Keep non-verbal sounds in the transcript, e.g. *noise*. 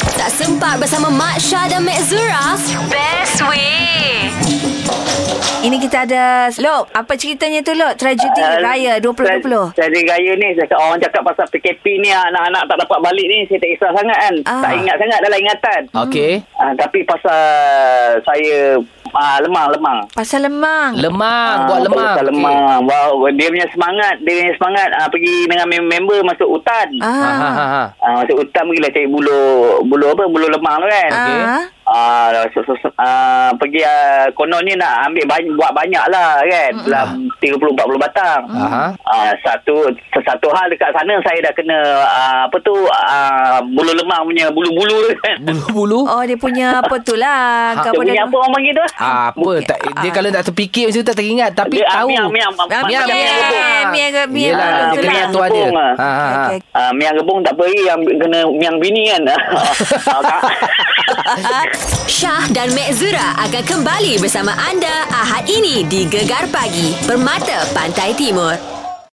Tak sempat bersama Mak Syah dan Mek Zura? Best way. Ini kita ada Lop, apa ceritanya tu Lop? Tragedi Eh, uh, Raya 2020. Ah, Saya raya ni cakap orang cakap pasal PKP ni anak-anak tak dapat balik ni saya tak kisah sangat kan. Ah. Ah. Tak ingat sangat dalam ingatan. Okey. Ah, tapi pasal saya ah, lemang lemang. Pasal lemang. Lemang, buat Ah, lemang. Pasal Okey. lemang. Wow, dia punya semangat, dia punya semangat ah, pergi dengan mem- member masuk hutan. Ah. Ha ha Ah. ha. masuk hutan pergilah cari bulu bulu apa bulu lemang tu kan. Okey. Ah. Ah, so, so, so, ah, pergi ah, kononnya nak ambil banyak, buat banyak lah kan. Dalam 30-40 batang. Aha. Ah, satu satu hal dekat sana saya dah kena ah, apa tu ah, bulu lemang punya bulu-bulu tu kan. Bulu-bulu. Oh dia punya apa tu lah Ha, Dia Kau punya dah- apa orang panggil tu? Apa tak dia Ah. kalau tak terfikir macam tu tak teringat tapi Dia tahu. miam, miam, Ah, miam, miam, miam. miam, miam, miam, miam. Yelah, Ah, dia betul kena lah. tu ada. Tepung, ah. Ha ha ha. Okey, okey. Ah, miang gebung tak apa eh, yang kena miang bini kan. *laughs* Ah, kak- *laughs* Syah dan Mek Zura akan kembali bersama anda Ahad ini di Gegar Pagi, Permata Pantai Timur.